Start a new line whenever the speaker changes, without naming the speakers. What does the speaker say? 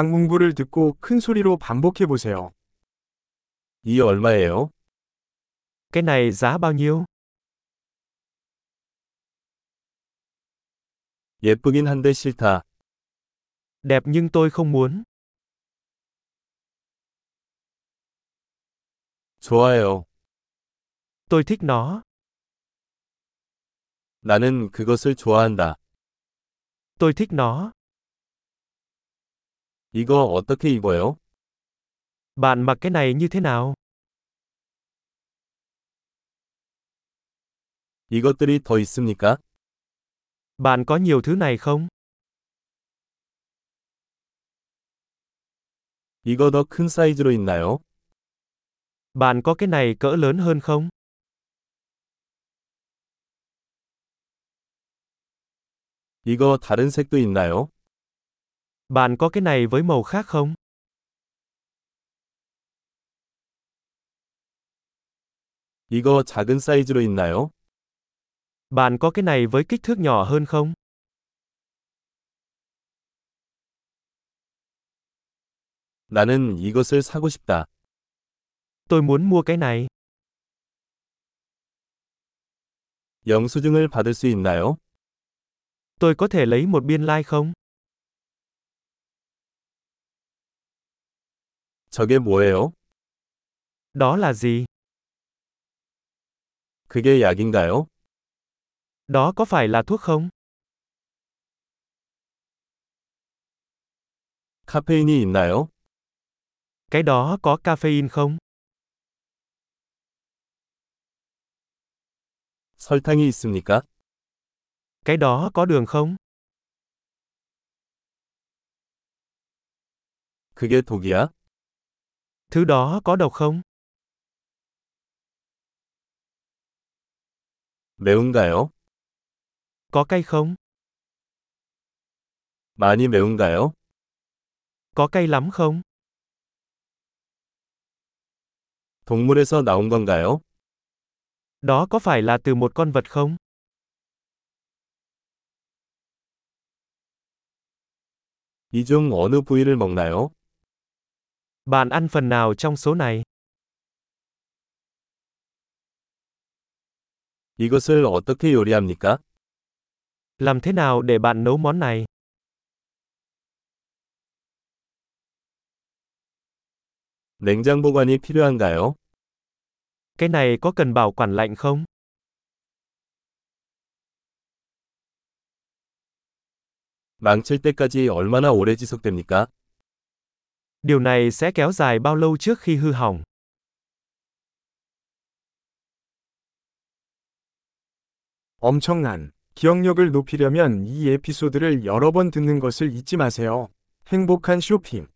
강문부를 듣고 큰 소리로 반복해 보세요.
이 얼마예요?
Cái này giá bao nhiêu?
예쁘긴 한데 싫다.
Đẹp nhưng tôi không muốn.
좋아요.
Tôi thích nó.
나는 그것을 좋아한다.
Tôi thích nó.
이거 어떻게 입어요?
Bạn mặc cái này như thế nào?
이것들이 더 있습니까?
Bạn có nhiều thứ này không?
이거 더 큰 사이즈로 있나요?
Bạn có cái này cỡ lớn hơn không?
이거 다른 색도 있나요?
Bạn có cái này với màu khác không?
이거 작은 사이즈로 있나요?
Bạn có cái này với kích thước nhỏ hơn không?
나는 이것을 사고 싶다.
Tôi muốn mua cái này.
영수증을 받을 수 있나요?
Tôi có thể lấy một biên lai like không?
저게 뭐예요?
Đó là gì?
그게 약인가요?
Đó có phải là thuốc không?
카페인이 있나요?
Cái đó có caffeine không?
설탕이 있습니까?
Cái đó có đường không?
그게 독이야?
Thứ đó có độc không?
매운가요?
Có cay không?
많이 매운가요?
Có cay lắm không?
동물에서 나온 건가요?
Đó có phải là từ một con vật không?
이 중 어느 부위를 먹나요?
Bạn ăn phần nào trong số này?
이것을 어떻게 요리합니까?
Làm thế nào để bạn nấu món này?
냉장 보관이 필요한가요?
Cái này có cần bảo quản lạnh không?
망칠 때까지 얼마나 오래 지속됩니까?
Điều này sẽ kéo dài bao lâu trước khi hư hỏng?
엄청난 기억력을 높이려면 이 에피소드를 여러 번 듣는 것을 잊지 마세요. 행복한 쇼핑!